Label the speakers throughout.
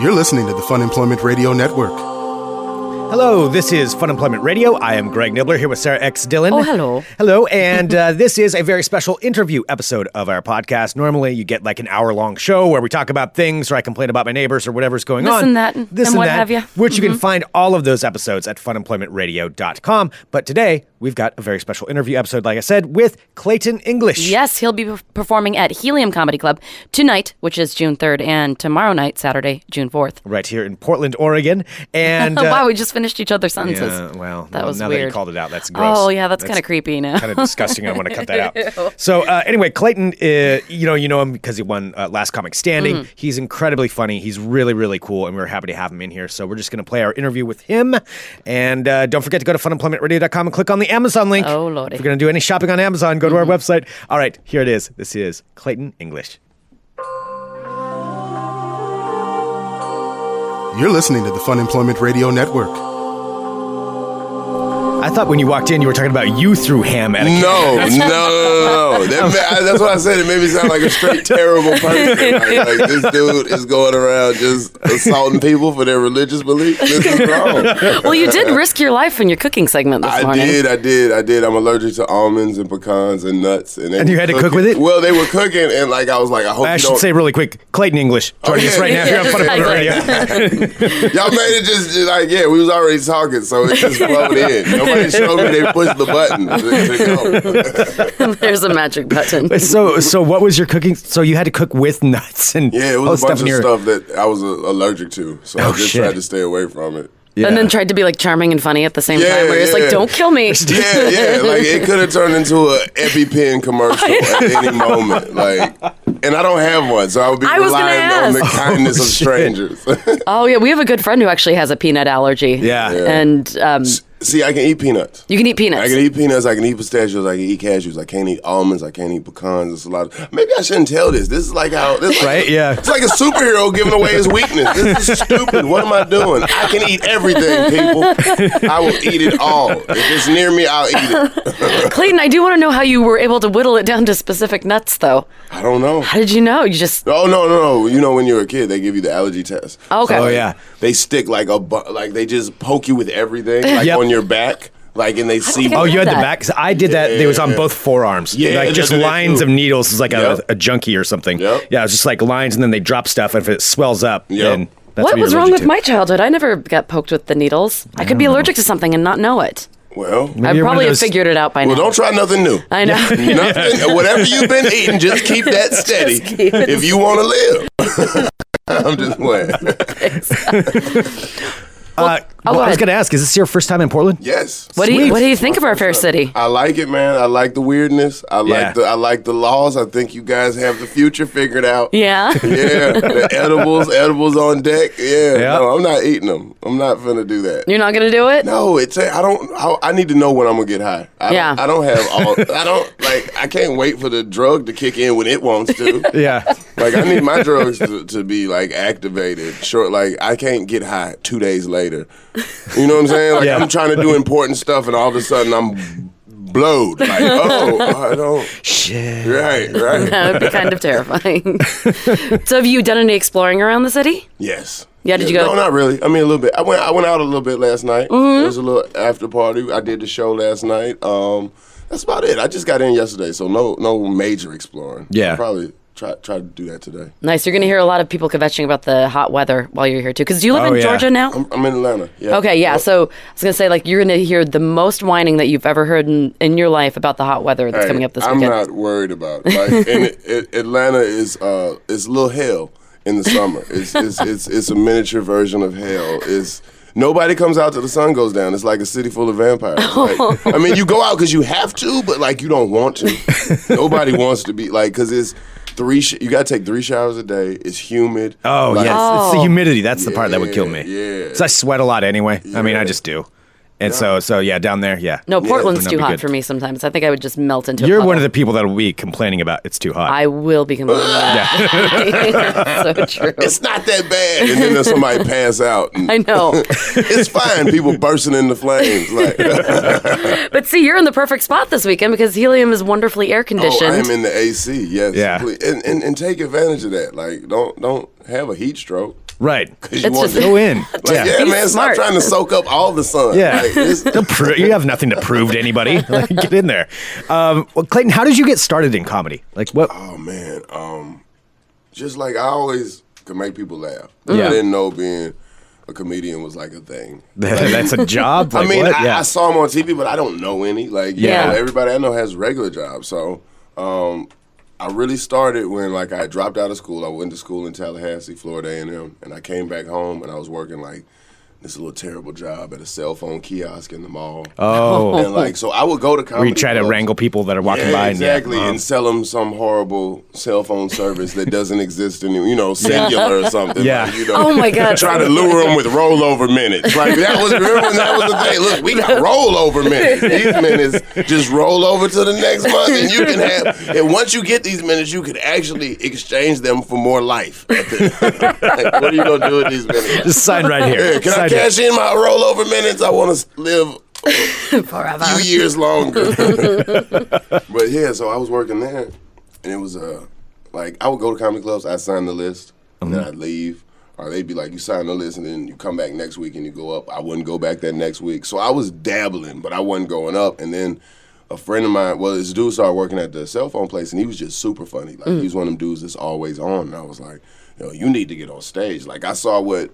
Speaker 1: You're listening to the Fun Employment Radio Network.
Speaker 2: Hello, this is Fun Employment Radio. I am Greg Nibbler here with Sarah X. Dillon.
Speaker 3: Oh, hello.
Speaker 2: Hello, and uh, this is a very special interview episode of our podcast. Normally, you get like an hour long show where we talk about things or I complain about my neighbors or whatever's going
Speaker 3: This
Speaker 2: on.
Speaker 3: and that,
Speaker 2: This
Speaker 3: and
Speaker 2: and
Speaker 3: what
Speaker 2: that,
Speaker 3: have Mm-hmm. you.
Speaker 2: Which you can find all of those episodes at funemploymentradio.com. But today, we've got a very special interview episode, like I said, with Clayton English.
Speaker 3: Yes, he'll be perf- performing at Helium Comedy Club tonight, which is June 3rd, and tomorrow night, Saturday, June 4th.
Speaker 2: Right here in Portland, Oregon. And uh,
Speaker 3: wow, we just finished each other's sentences.
Speaker 2: Yeah, well,
Speaker 3: that
Speaker 2: well,
Speaker 3: was
Speaker 2: now
Speaker 3: weird.
Speaker 2: that you called it out, that's gross.
Speaker 3: Oh, yeah, that's, kind of creepy now.
Speaker 2: kind of disgusting. I want to cut that out. So uh, anyway, Clayton, uh, you know, you know him because he won uh, Last Comic Standing.
Speaker 3: Mm-hmm.
Speaker 2: He's incredibly funny. He's really, really cool, and we are happy to have him in here. So we're just going to play our interview with him, and uh, don't forget to go to funemploymentradio.com and click on the Amazon link.
Speaker 3: Oh, lordy. Mm-hmm.
Speaker 2: If you're going to do any shopping on Amazon, go to our website. All right, here it is. This is Clayton English.
Speaker 1: You're listening to the Fun Employment Radio Network.
Speaker 2: I thought when you walked in, you were talking about you through ham etiquette.
Speaker 4: No, no, no, no, no. That, ma- I, that's what I said. It made me sound like a straight terrible person. Like, like, this dude is going around just assaulting people for their religious belief. This is wrong.
Speaker 3: well, you did risk your life in your cooking segment this
Speaker 4: I
Speaker 3: morning.
Speaker 4: did, I did, I did. I'm allergic to almonds and pecans and nuts. And, they
Speaker 2: And you had to cook
Speaker 4: cooking-
Speaker 2: with it?
Speaker 4: Well, they were cooking, and like I was like, I hope
Speaker 2: I
Speaker 4: you
Speaker 2: should
Speaker 4: don't.
Speaker 2: say really quick, Clayton English joining us
Speaker 4: yeah,
Speaker 2: right now here on
Speaker 3: yeah,
Speaker 2: Fun Employment
Speaker 3: exactly.
Speaker 2: Radio.
Speaker 4: Y'all made it just just like yeah, we was already talking, so it just flowed in. Nobody showed me they pushed the button. to- to go.
Speaker 3: There's a magic button.
Speaker 2: So, so what was your cooking? So you had to cook with nuts and
Speaker 4: Yeah, it
Speaker 2: all
Speaker 4: was a
Speaker 2: stuff
Speaker 4: bunch
Speaker 2: in
Speaker 4: of
Speaker 2: your-
Speaker 4: stuff that I was uh, allergic to, so
Speaker 2: Oh,
Speaker 4: I just
Speaker 2: shit.
Speaker 4: tried to stay away from it.
Speaker 3: And then tried to be like charming and funny at the same
Speaker 4: Yeah,
Speaker 3: time, where it's like,
Speaker 4: yeah.
Speaker 3: don't kill me.
Speaker 4: Yeah, yeah. Like it could have turned into a EpiPen commercial at any moment. Like, and I don't have one, so I would be
Speaker 3: I was gonna
Speaker 4: relying on the
Speaker 3: ask.
Speaker 4: kindness
Speaker 2: Oh,
Speaker 4: of
Speaker 2: shit.
Speaker 4: strangers.
Speaker 3: Oh, yeah, we have a good friend who actually has a peanut allergy.
Speaker 2: Yeah. Yeah.
Speaker 3: And um,
Speaker 4: See, I can eat peanuts.
Speaker 3: you can eat peanuts.
Speaker 4: I can eat peanuts. I can eat pistachios. I can eat cashews. I can't eat almonds. I can't eat pecans. It's a lot. Of, maybe I shouldn't tell this. This is like how. This is like-
Speaker 2: Right, yeah.
Speaker 4: It's like a superhero giving away his weakness. This is stupid. What am I doing? I can eat everything, people. I will eat it all. If it's near me, I'll eat it.
Speaker 3: Clayton, I do want to know how you were able to whittle it down to specific nuts, though.
Speaker 4: I don't know.
Speaker 3: How did you know? You just
Speaker 4: Oh no no no! You know when you're a kid, they give you the allergy test.
Speaker 3: Okay. Oh,
Speaker 4: like,
Speaker 2: yeah.
Speaker 4: They stick like a bu- like they just poke you with everything like
Speaker 2: Yep.
Speaker 4: on your back, like and they see.
Speaker 3: think I
Speaker 2: Oh, you had the
Speaker 3: that.
Speaker 2: back. 'Cause I did that. It was on both forearms.
Speaker 4: Yeah,
Speaker 2: like just
Speaker 4: that's what I
Speaker 2: lines
Speaker 4: do.
Speaker 2: of needles. It's like
Speaker 4: Yep.
Speaker 2: a, a junkie or something.
Speaker 4: Yep.
Speaker 2: Yeah, it was just like lines, and then they drop stuff. And if it swells up,
Speaker 4: Yep.
Speaker 2: then that's
Speaker 3: what
Speaker 2: you're
Speaker 3: was wrong
Speaker 2: allergic
Speaker 3: with
Speaker 2: to.
Speaker 3: my childhood? I never got poked with the needles. I could be allergic to something and not know it.
Speaker 4: well,
Speaker 2: you're
Speaker 3: I
Speaker 2: one of
Speaker 3: probably have
Speaker 2: those-
Speaker 3: figured it out by
Speaker 4: well,
Speaker 3: now.
Speaker 4: don't try nothing new.
Speaker 3: I know.
Speaker 4: Nothing. Whatever you've been eating, just keep that steady
Speaker 3: keep it
Speaker 4: if you want to live. I'm just playing.
Speaker 2: Uh, well,
Speaker 3: Oh, go
Speaker 2: I was
Speaker 3: ahead.
Speaker 2: going to ask: Is this your first time in Portland?
Speaker 4: Yes.
Speaker 3: What do you What do you think of our fair city?
Speaker 4: I like it, man. I like the weirdness. I like
Speaker 2: Yeah.
Speaker 4: the I like the laws. I think you guys have the future figured out.
Speaker 3: Yeah.
Speaker 4: Yeah, the edibles, edibles on deck. Yeah,
Speaker 2: Yeah.
Speaker 4: no, I'm not eating them. I'm not finna do that.
Speaker 3: You're not gonna do it.
Speaker 4: No, it's a, I don't. I, I need to know when I'm gonna get high. I don't-
Speaker 3: Yeah.
Speaker 4: I don't have all. I don't like. I can't wait for the drug to kick in when it wants to.
Speaker 2: Yeah.
Speaker 4: Like I need my drugs to, to be like activated. Short. Like I can't get high two days later. You know what I'm saying? Like
Speaker 2: Yeah.
Speaker 4: I'm trying to do important stuff, and all of a sudden I'm blowed. Like oh, I don't.
Speaker 2: Shit.
Speaker 4: Right, right.
Speaker 3: That would be kind of terrifying. so, have you done any exploring around the city?
Speaker 4: Yes.
Speaker 3: Yeah, did you go- Mm-hmm.
Speaker 4: No, not really. I mean, a little bit. I went. I went out a little bit last night. It was a little after party. I did the show last night. Um, that's about it. I just got in yesterday, so no, no major exploring.
Speaker 2: Yeah.
Speaker 4: I'll probably try try to do that today.
Speaker 3: Nice. You're gonna hear a lot of people kvetching about the hot weather while you're here too. Because do you live
Speaker 2: Oh,
Speaker 3: in
Speaker 2: yeah.
Speaker 3: Georgia now?
Speaker 4: I'm, I'm in Atlanta. Yeah.
Speaker 3: Okay, yeah. So I was gonna say, like, you're gonna hear the most whining that you've ever heard in, in your life about the hot weather that's
Speaker 4: Hey,
Speaker 3: coming up this
Speaker 4: I'm
Speaker 3: weekend.
Speaker 4: not worried about it. Like, and it, it, Atlanta is uh, is little hell in the summer. It's it's, it's it's a miniature version of hell. It's nobody comes out till the sun goes down. It's like a city full of vampires. Like, I mean, you go out because you have to, but like you don't want to. nobody wants to be like because it's three. Sh- you gotta take three showers a day. It's humid.
Speaker 2: Oh
Speaker 4: Like,
Speaker 2: yes, it's the
Speaker 3: Oh.
Speaker 2: humidity. That's the part that would kill me.
Speaker 4: Yeah, yeah.
Speaker 2: So I sweat a lot anyway. I mean, I just do. And so, so yeah, down there, yeah.
Speaker 3: No,
Speaker 2: Wouldn't
Speaker 3: Portland's
Speaker 2: that
Speaker 3: too
Speaker 2: be
Speaker 3: hot
Speaker 2: good?
Speaker 3: for me sometimes. I think I would just melt into.
Speaker 2: You're
Speaker 3: a
Speaker 2: one
Speaker 3: puddle.
Speaker 2: of the people that will be complaining about it's too hot.
Speaker 3: I will be complaining. so true.
Speaker 4: It's not that bad, and then there's somebody pass out. And
Speaker 3: I know.
Speaker 4: it's fine. People bursting into flames. Like,
Speaker 3: But see, you're in the perfect spot this weekend because helium is wonderfully air
Speaker 4: Oh, I am
Speaker 3: conditioned.
Speaker 4: in the AC. Yes.
Speaker 2: Yeah.
Speaker 4: Please. And, and and take advantage of that. Like, don't don't have a heat stroke.
Speaker 2: Right.
Speaker 4: Because you
Speaker 3: It's
Speaker 4: want
Speaker 3: just-
Speaker 4: to
Speaker 2: Go in.
Speaker 4: Like, yeah,
Speaker 2: yeah.
Speaker 3: He's
Speaker 4: man,
Speaker 3: smart.
Speaker 4: stop trying to soak up all the sun.
Speaker 2: Yeah.
Speaker 4: Like, it's-
Speaker 2: Don't pro- you have nothing to prove to anybody. Like, get in there. Um, well, Clayton, how did you get started in comedy? Like, what?
Speaker 4: oh man, um, just like I always could make people laugh.
Speaker 2: Yeah.
Speaker 4: I didn't know being a comedian was like a thing.
Speaker 2: That's a job. Like,
Speaker 4: I mean,
Speaker 2: what?
Speaker 4: I,
Speaker 2: yeah.
Speaker 4: I saw him on TV, but I don't know any. Like, you
Speaker 3: Yeah.
Speaker 4: know, everybody I know has regular jobs. So, um, I really started when like I dropped out of school. I went to school in Tallahassee, Florida A and M, and I came back home and I was working like this little terrible job at a cell phone kiosk in the mall.
Speaker 2: Oh.
Speaker 4: and like so, I would go to comedy.
Speaker 2: Where you try to
Speaker 4: clubs.
Speaker 2: wrangle people that are walking
Speaker 4: Yeah,
Speaker 2: by.
Speaker 4: exactly,
Speaker 2: And,
Speaker 4: and sell them some horrible cell phone service that doesn't exist in you know cellular or something.
Speaker 2: Yeah.
Speaker 4: like, you know,
Speaker 3: Oh, my God.
Speaker 4: Trying to lure them with rollover minutes. Like that was remember when that was the thing. Look, we got rollover minutes. These minutes just roll over to the next month, and you can have. And once you get these minutes, you can actually exchange them for more life. like, what are you gonna do with these
Speaker 2: yeah.
Speaker 4: minutes?
Speaker 2: Just sign right here.
Speaker 4: Yeah, can
Speaker 2: Sign
Speaker 4: I
Speaker 2: here.
Speaker 4: cash in my rollover minutes? I want to live
Speaker 3: Forever.
Speaker 4: few years longer. but yeah, so I was working there, and it was uh, like I would go to comedy clubs, I'd sign the list, and then I'd leave. Or they'd be like, you sign the list, and then you come back next week and you go up. I wouldn't go back that next week. So I was dabbling, but I wasn't going up. And then a friend of mine, well, this dude started working at the cell phone place, and he was just super funny. Like, he was one of them dudes that's always on. And I was like, yo, you need to get on stage. Like, I saw what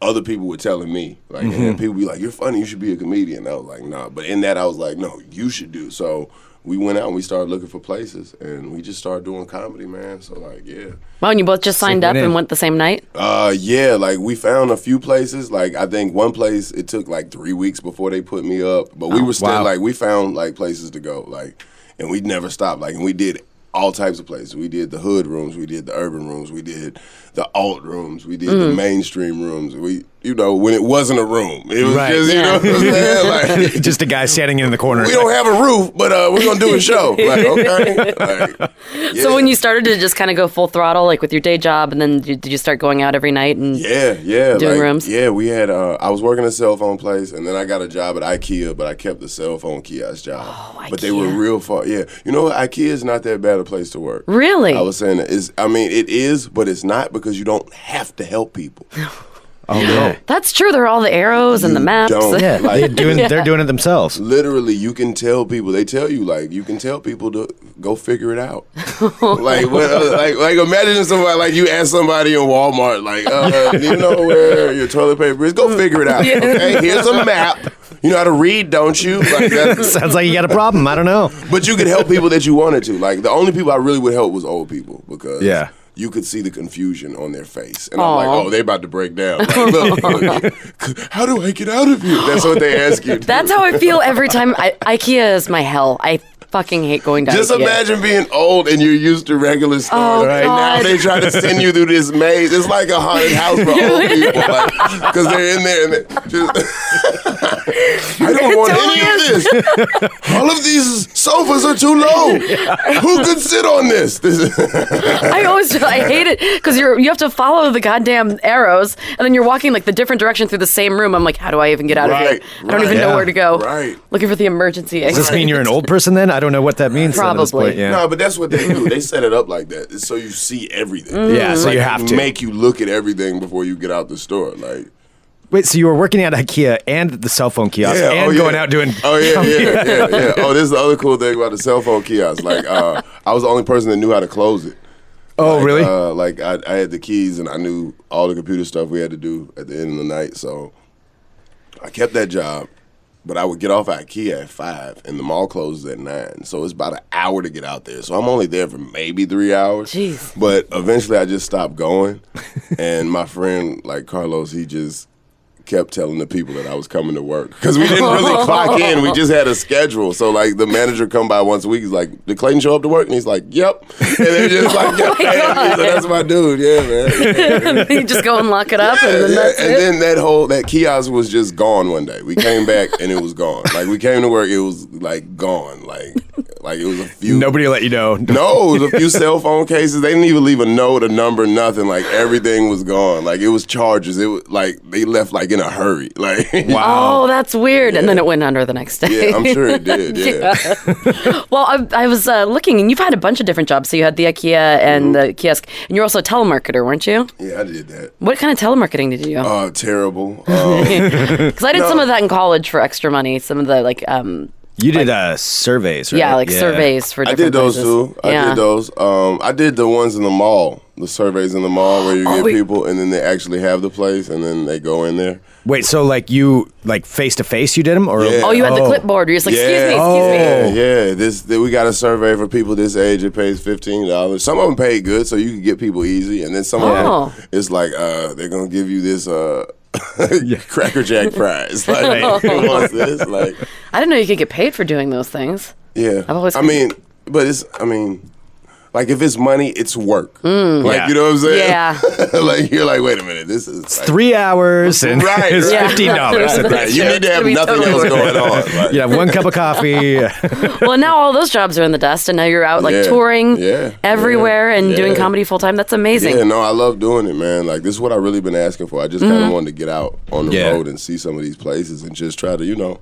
Speaker 4: other people were telling me, like, and then people be like, "You're funny. You should be a comedian." I was like, "Nah," but in that, I was like, "No, you should do." So we went out and we started looking for places, and we just started doing comedy, man. So like, yeah,
Speaker 3: Wow, and you both just signed up
Speaker 2: went in.
Speaker 3: and went the same night?
Speaker 4: uh, yeah, like we found a few places. Like I think one place it took like three weeks before they put me up, but
Speaker 3: Oh,
Speaker 4: we were still
Speaker 2: wow.
Speaker 4: like we found like places to go, like, and we never stopped. Like, and we did all types of places. We did the hood rooms, we did the urban rooms, we did the alt rooms, we did
Speaker 3: Mm.
Speaker 4: the mainstream rooms. We, you know, when it wasn't a room, it was
Speaker 2: Right.
Speaker 4: just you know, what I'm saying? like
Speaker 2: Just a guy standing in the corner.
Speaker 4: we don't have a roof, but uh, we're gonna do a show. Like, okay, like,
Speaker 3: So
Speaker 4: yeah.
Speaker 3: when you started to just kind of go full throttle, like with your day job, and then did did you start going out every night? And
Speaker 4: Yeah, yeah.
Speaker 3: Mm. Doing
Speaker 4: like,
Speaker 3: rooms?
Speaker 4: Yeah, we had. Uh, I was working a cell phone place, and then I got a job at IKEA, but I kept the cell phone kiosk job.
Speaker 3: Oh,
Speaker 4: But they were
Speaker 3: IKEA.
Speaker 4: real far. Yeah, you know, what? IKEA is not that bad a place to work.
Speaker 3: Really?
Speaker 4: I was saying that is. I mean, it is, but it's not because you don't have to help people.
Speaker 2: Oh, no.
Speaker 3: That's true. There are all the arrows and the
Speaker 4: You
Speaker 3: maps.
Speaker 4: Mm, don't.
Speaker 2: Yeah,
Speaker 4: Like-
Speaker 2: they're doing, they're doing it themselves.
Speaker 4: Literally, you can tell people. They tell you like you can tell people to go figure it out. like, what, uh, like, like imagine somebody like you ask somebody in Walmart like, uh, do you know where your toilet paper is? Go figure it out. Okay, here's a map. You know how to read, don't you? Like, that's-
Speaker 2: Sounds like you got a problem. I don't know.
Speaker 4: but you could help people that you wanted to. Like the only people I really would help was old people because
Speaker 2: Yeah.
Speaker 4: you could see the confusion on their face, and I'm
Speaker 3: Aw.
Speaker 4: like, oh, they about to break down. Like, look, look, how do I get out of here? That's what they ask you. to do.
Speaker 3: That's how I feel every time. I, IKEA is my hell. I fucking hate going to
Speaker 4: Just
Speaker 3: IKEA.
Speaker 4: imagine being old and you're used to regular stores.
Speaker 3: Oh,
Speaker 4: right now
Speaker 3: God.
Speaker 4: they try to send you through this maze. It's like a haunted house for old people, because they're in there and they just. I don't want any of this. All of these sofas are too low. Who could sit on this? This is-
Speaker 3: I always I hate it because you're you have to follow the goddamn arrows, and then you're walking like the different direction through the same room. I'm like, how do I even get out of here?
Speaker 4: Right,
Speaker 3: I don't
Speaker 4: right.
Speaker 3: even know
Speaker 2: Yeah.
Speaker 3: where to go.
Speaker 4: Right.
Speaker 3: Looking for the emergency
Speaker 2: Does this
Speaker 3: exit.
Speaker 2: mean you're an old person then? I don't know what that means. then at this
Speaker 3: Probably.
Speaker 2: point, Yeah.
Speaker 4: No, but that's what they do. They set it up like that, It's so you see everything.
Speaker 2: Yeah, so
Speaker 4: Like,
Speaker 2: you have to.
Speaker 4: make you look at everything before you get out the store. Like,
Speaker 2: Wait, so you were working at IKEA and at the cell phone kiosk
Speaker 4: Yeah,
Speaker 2: and
Speaker 4: oh, yeah.
Speaker 2: going out doing.
Speaker 4: Oh yeah, yeah, yeah, yeah. Oh, this is the other cool thing about the cell phone kiosk. Like, uh, I was the only person that knew how to close it.
Speaker 2: Oh,
Speaker 4: Like,
Speaker 2: really?
Speaker 4: Uh, like I, I had the keys and I knew all the computer stuff we had to do at the end of the night. So I kept that job, but I would get off at IKEA at five, and the mall closes at nine. So it's about an hour to get out there. So I'm only there for maybe three hours.
Speaker 3: Jeez.
Speaker 4: But eventually, I just stopped going, and my friend, like Carlos, he just kept telling the people that I was coming to work because we didn't really clock in. We just had a schedule. So like the manager come by once a week. He's like, "Did Clayton show up to work?" And he's like, "Yep." And they're just like, "Yep."
Speaker 3: Oh God.
Speaker 4: So that's my dude. Yeah, man.
Speaker 3: you just go and lock it up, and then
Speaker 4: Yeah,
Speaker 3: that's
Speaker 4: and
Speaker 3: it.
Speaker 4: then that whole that kiosk was just gone one day. We came back and it was gone. Like we came to work, it was like gone. Like that. Like it was a few.
Speaker 2: Nobody let you know.
Speaker 4: No, it was a few cell phone cases. They didn't even leave a note, a number, nothing. Like everything was gone. Like it was charges. It was like they left like in a hurry. Like
Speaker 3: Oh, that's weird. And then it went under the next day.
Speaker 4: um, yeah, I'm sure it did. Yeah.
Speaker 3: well, I, I was uh, looking, and you've had a bunch of different jobs. So you had the IKEA and
Speaker 4: Mm-hmm.
Speaker 3: the kiosk, and you're also a telemarketer, weren't you?
Speaker 4: yeah, I did that.
Speaker 3: What kind of telemarketing did you do?
Speaker 4: Uh, terrible. Um,
Speaker 3: Because I did some of that in college for extra money. Some of the like, um,
Speaker 2: You did uh, surveys, right?
Speaker 3: yeah, like surveys for.
Speaker 4: I
Speaker 3: Different
Speaker 4: did those
Speaker 3: places.
Speaker 4: too. I
Speaker 3: yeah.
Speaker 4: did those. Um, I did the ones in the mall, the surveys in the mall where you get
Speaker 3: Oh, wait.
Speaker 4: people and then they actually have the place and then they go in there.
Speaker 2: Wait, so like you, like face to face, you did them, or
Speaker 4: Yeah.
Speaker 3: Oh, you had the clipboard. You're just like, excuse me, excuse me.
Speaker 4: yeah, yeah. This th- we got a survey for people this age. It pays fifteen dollars. Some of them pay good, so you can get people easy, and then some
Speaker 3: Oh.
Speaker 4: of them it's like uh, they're gonna give you this uh, cracker jack prize. Like, who wants this? Like,
Speaker 3: I didn't know you could get paid for doing those things.
Speaker 4: yeah.
Speaker 3: I've always-
Speaker 4: I mean, but it's I mean. Like if it's money, it's work. like
Speaker 2: Yeah.
Speaker 4: you know what I'm saying?
Speaker 3: Mm. Yeah.
Speaker 4: like you're like, wait a minute, this is like,
Speaker 2: Three hours and
Speaker 4: Right,
Speaker 2: it's
Speaker 4: right.
Speaker 2: fifteen dollars.
Speaker 3: Yeah.
Speaker 4: Right. You need to have
Speaker 3: It's gonna
Speaker 4: nothing
Speaker 3: be
Speaker 4: else
Speaker 3: totally
Speaker 4: going on. Like,
Speaker 2: You have one cup of coffee.
Speaker 3: well, now all those jobs are in the dust, and now you're out like
Speaker 4: Yeah,
Speaker 3: touring
Speaker 4: yeah,
Speaker 3: everywhere
Speaker 4: yeah,
Speaker 3: and doing
Speaker 4: yeah.
Speaker 3: comedy full time. That's amazing.
Speaker 4: Yeah, no, I love doing it, man. Like this is what I really been asking for. I just kind
Speaker 3: Mm-hmm.
Speaker 4: of wanted to get out on the
Speaker 2: Yeah.
Speaker 4: road and see some of these places and just try to, you know,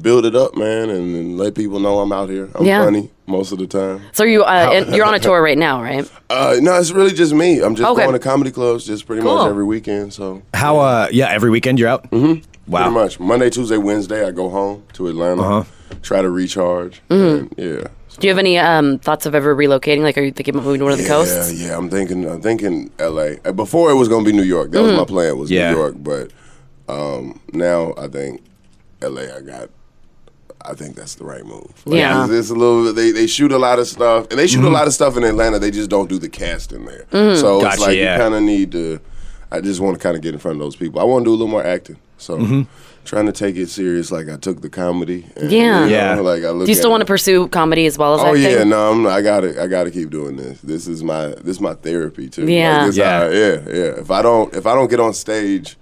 Speaker 4: build it up, man, and, and let people know I'm out here. I'm
Speaker 3: Yeah.
Speaker 4: funny most of the time.
Speaker 3: So you uh, and you're on a tour right now, right?
Speaker 4: Uh, no, it's really just me. I'm just
Speaker 3: Okay.
Speaker 4: going to comedy clubs just pretty
Speaker 3: Cool.
Speaker 4: much every weekend. So
Speaker 2: How? uh Yeah, every weekend you're out. Mm-hmm.
Speaker 4: pretty
Speaker 2: Wow.
Speaker 4: much Monday, Tuesday, Wednesday, I go home to Atlanta, try to recharge. and, yeah.
Speaker 3: Do you have any um, thoughts of ever relocating? Like, are you thinking about moving to one of the coasts?
Speaker 4: Yeah, yeah. I'm thinking. I'm thinking L.A. Uh, Before it was gonna be New York. That
Speaker 3: Mm-hmm.
Speaker 4: was my plan. Was
Speaker 2: Yeah.
Speaker 4: New York, but um, now I think L.A. I got. I think that's the right move. Like,
Speaker 3: Yeah.
Speaker 4: it's, it's a little. They they shoot a lot of stuff, and they
Speaker 2: Mm-hmm.
Speaker 4: shoot a lot of stuff in Atlanta. They just don't do the casting there.
Speaker 3: Mm-hmm.
Speaker 4: So
Speaker 2: Gotcha,
Speaker 4: it's like
Speaker 2: yeah.
Speaker 4: you kind of need to. I just want to kind of get in front of those people. I want to do a little more acting. So.
Speaker 2: Mm-hmm.
Speaker 4: Trying to take it serious, like I took the comedy. And,
Speaker 3: Yeah.
Speaker 4: you know,
Speaker 2: Yeah.
Speaker 4: Like I look
Speaker 3: Do you still
Speaker 4: at
Speaker 3: want
Speaker 4: it.
Speaker 3: to pursue comedy as well as
Speaker 4: Oh
Speaker 3: acting?
Speaker 4: yeah, no, I'm, I gotta, I gotta keep doing this. This is my, this is my therapy too. Like,
Speaker 3: Yeah.
Speaker 4: this
Speaker 2: Yeah.
Speaker 4: how- yeah, yeah. If I don't, if I don't get on stage,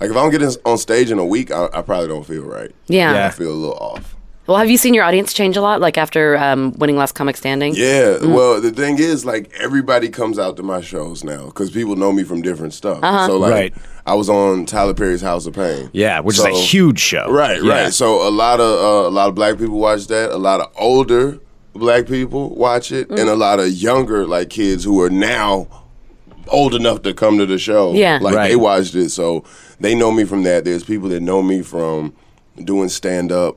Speaker 4: like if I don't get in- on stage in a week, I, I probably don't feel right.
Speaker 3: Yeah.
Speaker 4: I
Speaker 2: Yeah.
Speaker 4: feel a little off.
Speaker 3: Well, have you seen your audience change a lot? Like after um, winning Last Comic Standing?
Speaker 4: Yeah.
Speaker 3: Mm.
Speaker 4: Well, the thing is, like everybody comes out to my shows now because people know me from different stuff.
Speaker 3: Uh-huh.
Speaker 4: So like,
Speaker 2: Right.
Speaker 4: I was on Tyler Perry's House of Pain.
Speaker 2: Yeah, which is a
Speaker 4: So-
Speaker 2: huge show.
Speaker 4: Right,
Speaker 2: Yeah.
Speaker 4: right. So a lot of uh, a lot of black people watch that. A lot of older black people watch it, and a lot of younger like kids who are now old enough to come to the show.
Speaker 3: Yeah.
Speaker 4: like
Speaker 2: Right.
Speaker 4: they watched it, so they know me from that. There's people that know me from doing stand up.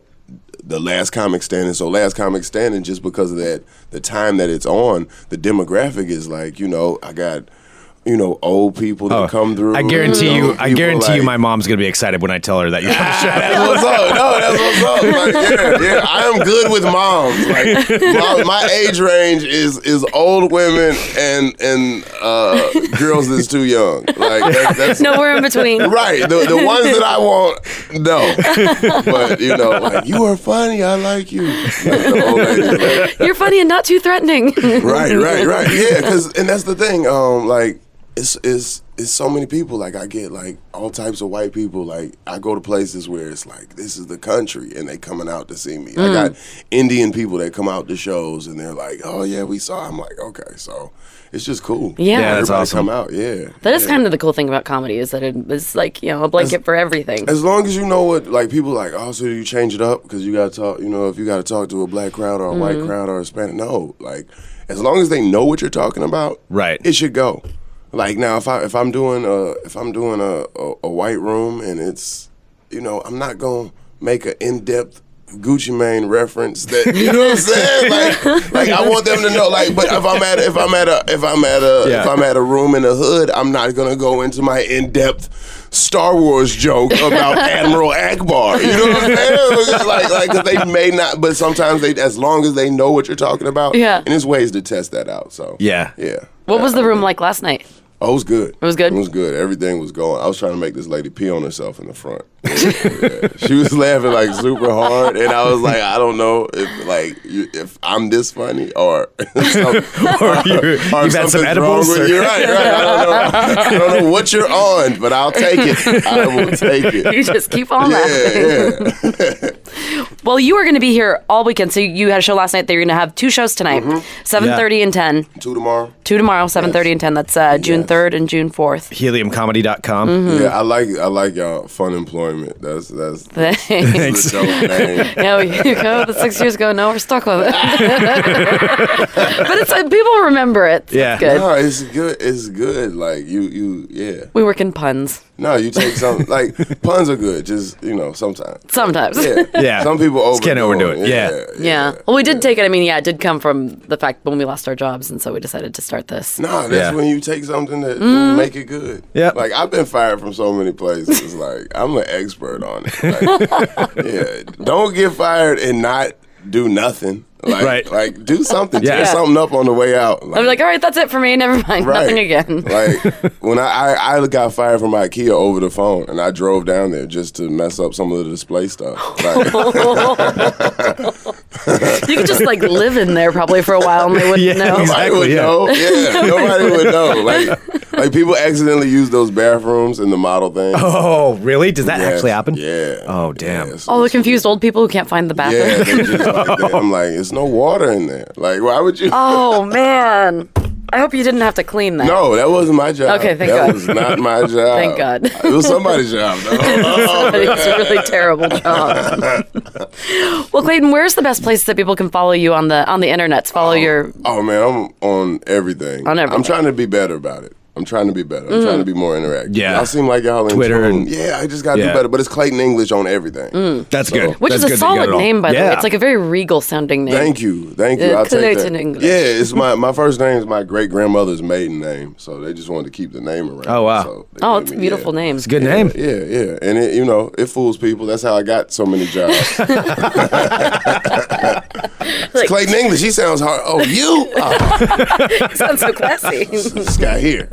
Speaker 4: The last comic standing, so last comic standing, just because of that, the time that it's on, the demographic is like, you know, I got, you know, old people that
Speaker 2: Oh,
Speaker 4: come through.
Speaker 2: I guarantee you. I
Speaker 4: people
Speaker 2: guarantee you,
Speaker 4: like-
Speaker 2: my mom's gonna be excited when I tell her that you're on the show.
Speaker 4: that's what's up. No, that's what's up. Like, yeah, yeah. I am good with moms. Like my, my age range is is old women and and uh, girls that's too young. Like that, that's
Speaker 3: Nowhere in between.
Speaker 4: right. The the ones that I want, no. But you know, like you are funny. I like you. Like, the old ladies, like,
Speaker 3: You're funny and not too threatening.
Speaker 4: right, right, right. Yeah, because and that's the thing. Um, like it's it's it's so many people. Like I get like all types of white people. Like I go to places where it's like this is the country, and they coming out to see me.
Speaker 3: Mm.
Speaker 4: I got Indian people that come out to shows, and they're like, "Oh yeah, we saw." I'm like, "Okay, so it's just cool."
Speaker 3: Yeah. Yeah,
Speaker 2: that's
Speaker 4: Everybody
Speaker 2: awesome.
Speaker 4: Come out, yeah.
Speaker 3: that is kind of the cool thing about comedy is that it is like you know a blanket for everything.
Speaker 4: As long as you know what, like people like, oh, so you change it up because you got to talk. You know, if you got to talk to a black crowd or a white
Speaker 3: Mm-hmm.
Speaker 4: crowd or a Hispanic, no. Like, as long as they know what you're talking about,
Speaker 2: Right.
Speaker 4: It should go. Like now, if I if I'm doing a if I'm doing a a, a white room and it's, you know, I'm not gonna make an in depth. Gucci Mane reference that you know what I'm saying like like I want them to know like but if I'm at if I'm at a if I'm at a
Speaker 2: Yeah.
Speaker 4: if I'm at a room in the hood I'm not gonna go into my in depth Star Wars joke about Admiral Akbar. You know what I'm saying? It's like, like 'cause they may not, but sometimes they, as long as they know what you're talking about,
Speaker 3: Yeah.
Speaker 4: And there's ways to test that out. So
Speaker 2: Yeah.
Speaker 4: yeah.
Speaker 3: What was the room like last night?
Speaker 4: Oh, it was good. It
Speaker 3: was good?
Speaker 4: It was good. Everything was going. I was trying to make this lady pee on herself in the front. Yeah. She was laughing like super hard, and I was like, I don't know if like you, if I'm this funny or
Speaker 2: Or you,
Speaker 4: or
Speaker 2: you've had some
Speaker 4: something's
Speaker 2: edibles.
Speaker 4: Wrong
Speaker 2: or-
Speaker 4: with you. Right, right. I don't know. I don't know what you're on, but I'll take it. I will take it.
Speaker 3: You just keep on laughing.
Speaker 4: Yeah, yeah.
Speaker 3: Well, you are going to be here all weekend. So you had a show last night. They're going to have two shows tonight,
Speaker 4: Mm-hmm.
Speaker 3: seven thirty and ten.
Speaker 4: Two tomorrow.
Speaker 3: Two tomorrow, seven thirty and ten. That's uh, June
Speaker 4: Yes.
Speaker 3: third and June fourth.
Speaker 2: Heliumcomedy.com.
Speaker 3: Mm-hmm.
Speaker 4: Yeah, I like I like y'all fun employment. That's that's, that's
Speaker 3: yeah,
Speaker 4: the dope name.
Speaker 3: you go. The six years ago. No, we're stuck with it. but it's uh, people remember it. so
Speaker 2: Yeah.
Speaker 3: it's good.
Speaker 4: No, it's good. It's good. Like you, you, yeah.
Speaker 3: We work in puns
Speaker 4: No, you take some. like puns are good. Just you know, sometimes.
Speaker 3: sometimes.
Speaker 4: Yeah,
Speaker 2: Yeah.
Speaker 4: Some people
Speaker 2: Just
Speaker 4: overdo
Speaker 2: can't overdo it. Yeah.
Speaker 3: Yeah. Well, we did take it. I mean, yeah, it did come from the fact when we lost our jobs, and so we decided to start this.
Speaker 4: Nah, that's
Speaker 2: Yeah. Mm-hmm.
Speaker 4: when you take something that make it good.
Speaker 2: Yep.
Speaker 4: Like I've been fired from so many places. like I'm an expert on it. Like, yeah. Don't get fired and not do nothing. Like,
Speaker 2: Right.
Speaker 4: Like do something.
Speaker 2: Yeah.
Speaker 4: Tear something up on the way out.
Speaker 3: I'm like, all right, that's it for me. Never mind.
Speaker 4: Right.
Speaker 3: Nothing again.
Speaker 4: like when I, I I got fired from IKEA over the phone, and I drove down there just to mess up some of the display stuff. Like,
Speaker 3: you could just like live in there probably for a while, and they wouldn't
Speaker 2: Yeah,
Speaker 3: know.
Speaker 2: exactly.
Speaker 4: nobody would
Speaker 2: yeah.
Speaker 4: know. Yeah, nobody would know. Like like people accidentally use those bathrooms in the model thing.
Speaker 2: Oh, really? Does that actually happen?
Speaker 4: Yeah.
Speaker 2: Oh, damn.
Speaker 4: Yes.
Speaker 3: All the confused old people who can't find the bathroom.
Speaker 4: Yeah, they just like that. I'm like, it's no water in there. Like, why would you?
Speaker 3: Oh man, I hope you didn't have to clean that.
Speaker 4: No, that wasn't my job.
Speaker 3: Okay, thank
Speaker 4: that
Speaker 3: God.
Speaker 4: was not my job.
Speaker 3: Thank God.
Speaker 4: It was somebody's job. though. Oh,
Speaker 3: it's a really terrible job. well, Clayton, where's the best place that people can follow you on the on the internet? Follow your
Speaker 4: Oh man, I'm on everything.
Speaker 3: On everything. Mm.
Speaker 4: I'm trying to be better about it. I'm trying to be better. I'm trying to be more interactive.
Speaker 2: Yeah.
Speaker 4: Y'all seem like y'all in
Speaker 2: Twitter
Speaker 4: tune.
Speaker 2: and-
Speaker 4: yeah, I just gotta
Speaker 2: Yeah.
Speaker 4: do better. But it's Clayton English on everything.
Speaker 3: Mm.
Speaker 2: That's good.
Speaker 3: which
Speaker 2: That's
Speaker 3: is
Speaker 2: good
Speaker 3: a
Speaker 2: that you got
Speaker 3: solid
Speaker 2: it all.
Speaker 3: name by the way.
Speaker 2: Yeah.
Speaker 3: It's like a very regal sounding name.
Speaker 4: Thank you, thank you.
Speaker 3: Yeah,
Speaker 4: I'll take
Speaker 3: Clayton
Speaker 4: that.
Speaker 3: English.
Speaker 4: Yeah, it's my my first name is my great grandmother's maiden name, so they just wanted to keep the name around.
Speaker 2: Oh, wow.
Speaker 4: So they
Speaker 3: Oh,
Speaker 4: gave
Speaker 3: it's a
Speaker 4: me-
Speaker 3: beautiful
Speaker 4: yeah.
Speaker 3: name.
Speaker 2: It's a good name.
Speaker 4: Yeah, yeah, and it you know it fools people. That's how I got so many jobs.
Speaker 3: Like,
Speaker 4: Clayton English, he sounds hard. Oh, you? Oh,
Speaker 3: sounds so classy.
Speaker 4: this guy here.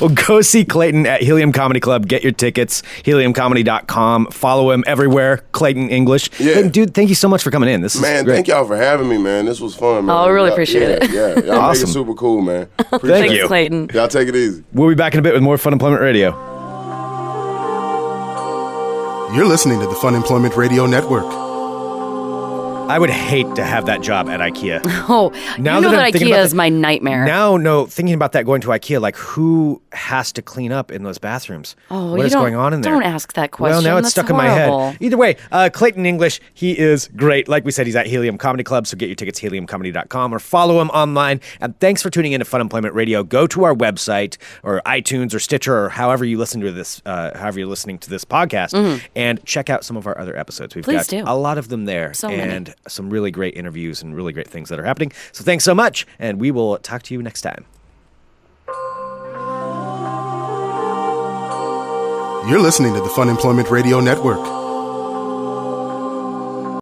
Speaker 2: Well, go see Clayton at Helium Comedy Club. Get your tickets, heliumcomedy.com. Follow him everywhere, Clayton English.
Speaker 4: Yeah.
Speaker 2: Clayton, dude, thank you so much for coming in. This is
Speaker 4: Man,
Speaker 2: great.
Speaker 4: thank y'all for having me, man. This was fun, man.
Speaker 3: Oh, I really
Speaker 4: Y'all-
Speaker 3: appreciate
Speaker 4: yeah,
Speaker 3: it.
Speaker 4: Yeah, y'all
Speaker 2: Awesome.
Speaker 4: make it super cool, man.
Speaker 2: Thank
Speaker 4: Appreciate
Speaker 3: Thanks,
Speaker 2: you.
Speaker 3: Clayton.
Speaker 4: it. Y'all take it easy.
Speaker 2: We'll be back in a bit with more Fun Employment Radio.
Speaker 1: You're listening to the Fun Employment Radio Network.
Speaker 2: I would hate to have that job at IKEA.
Speaker 3: Oh,
Speaker 2: Now
Speaker 3: you know
Speaker 2: that I'm
Speaker 3: that,
Speaker 2: thinking
Speaker 3: IKEA
Speaker 2: about
Speaker 3: is
Speaker 2: that-
Speaker 3: my nightmare.
Speaker 2: now, no, thinking about that going to IKEA, like who has to clean up in those bathrooms?
Speaker 3: Oh,
Speaker 2: What
Speaker 3: you
Speaker 2: is
Speaker 3: don't-
Speaker 2: going on in there?
Speaker 3: don't ask that
Speaker 2: Well,
Speaker 3: question.
Speaker 2: now
Speaker 3: That's
Speaker 2: it's stuck in my
Speaker 3: horrible.
Speaker 2: head. Either way, uh, Clayton English, he is great. Like we said, he's at Helium Comedy Club, so get your tickets heliumcomedy.com or follow him online. And thanks for tuning in to Fun Employment Radio. Go to our website or iTunes or Stitcher or however you listen to this, uh, however you're listening to this podcast, and check out some of our other episodes. We've
Speaker 3: Mm-hmm. Please
Speaker 2: got
Speaker 3: do.
Speaker 2: a lot of them there,
Speaker 3: So many.
Speaker 2: and some really great interviews and really great things that are happening. So thanks so much, and we will talk to you next time.
Speaker 1: You're listening to the Fun Employment Radio Network.